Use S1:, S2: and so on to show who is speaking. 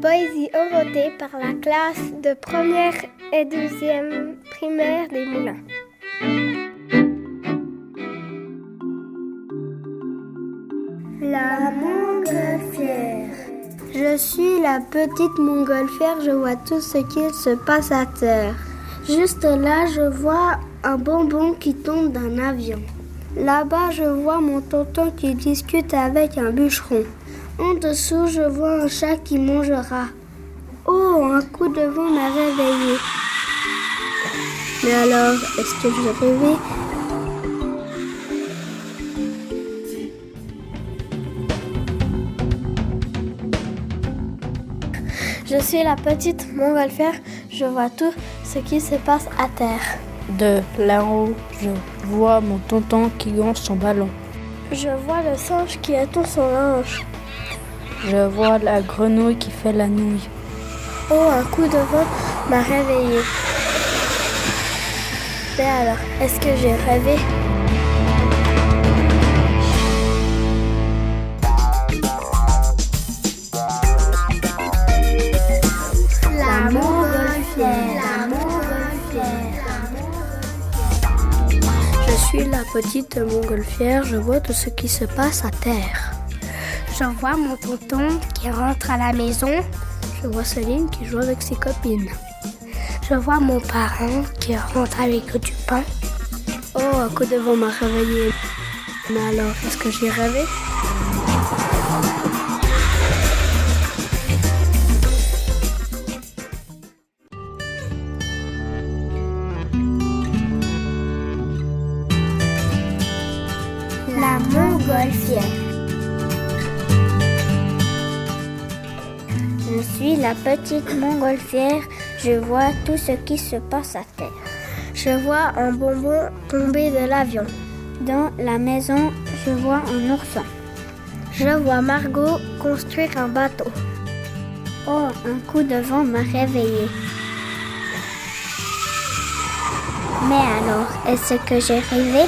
S1: poésie inventée par la classe de première et deuxième primaire des Moulins. La montgolfière. Je suis la petite montgolfière, je vois tout ce qu'il se passe à terre. Juste là, je vois un bonbon qui tombe d'un avion. Là-bas, je vois mon tonton qui discute avec un bûcheron. En dessous, je vois un chat qui mangera. Oh, un coup de vent m'a réveillée. Mais alors, est-ce que j'ai rêvé Je suis la petite montgolfière, je vois tout ce qui se passe à terre.
S2: De là-haut, je vois mon tonton qui gonfle son ballon.
S1: Je vois le singe qui attend son linge.
S2: Je vois la grenouille qui fait la nouille.
S1: Oh, un coup de vent m'a réveillée. Mais alors, est-ce que j'ai rêvé La montgolfière, la Je suis la petite montgolfière, je vois tout ce qui se passe à terre. Je vois mon tonton qui rentre à la maison. Je vois Céline qui joue avec ses copines. Je vois mon parrain qui rentre avec du pain. Oh, un coup de vent m'a réveillée. Mais alors, est-ce que j'ai rêvé La montgolfière. Je suis la petite montgolfière, je vois tout ce qui se passe à terre. Je vois un bonbon tomber de l'avion. Dans la maison, je vois un ourson. Je vois Margot construire un bateau. Oh, un coup de vent m'a réveillée. Mais alors, est-ce que j'ai rêvé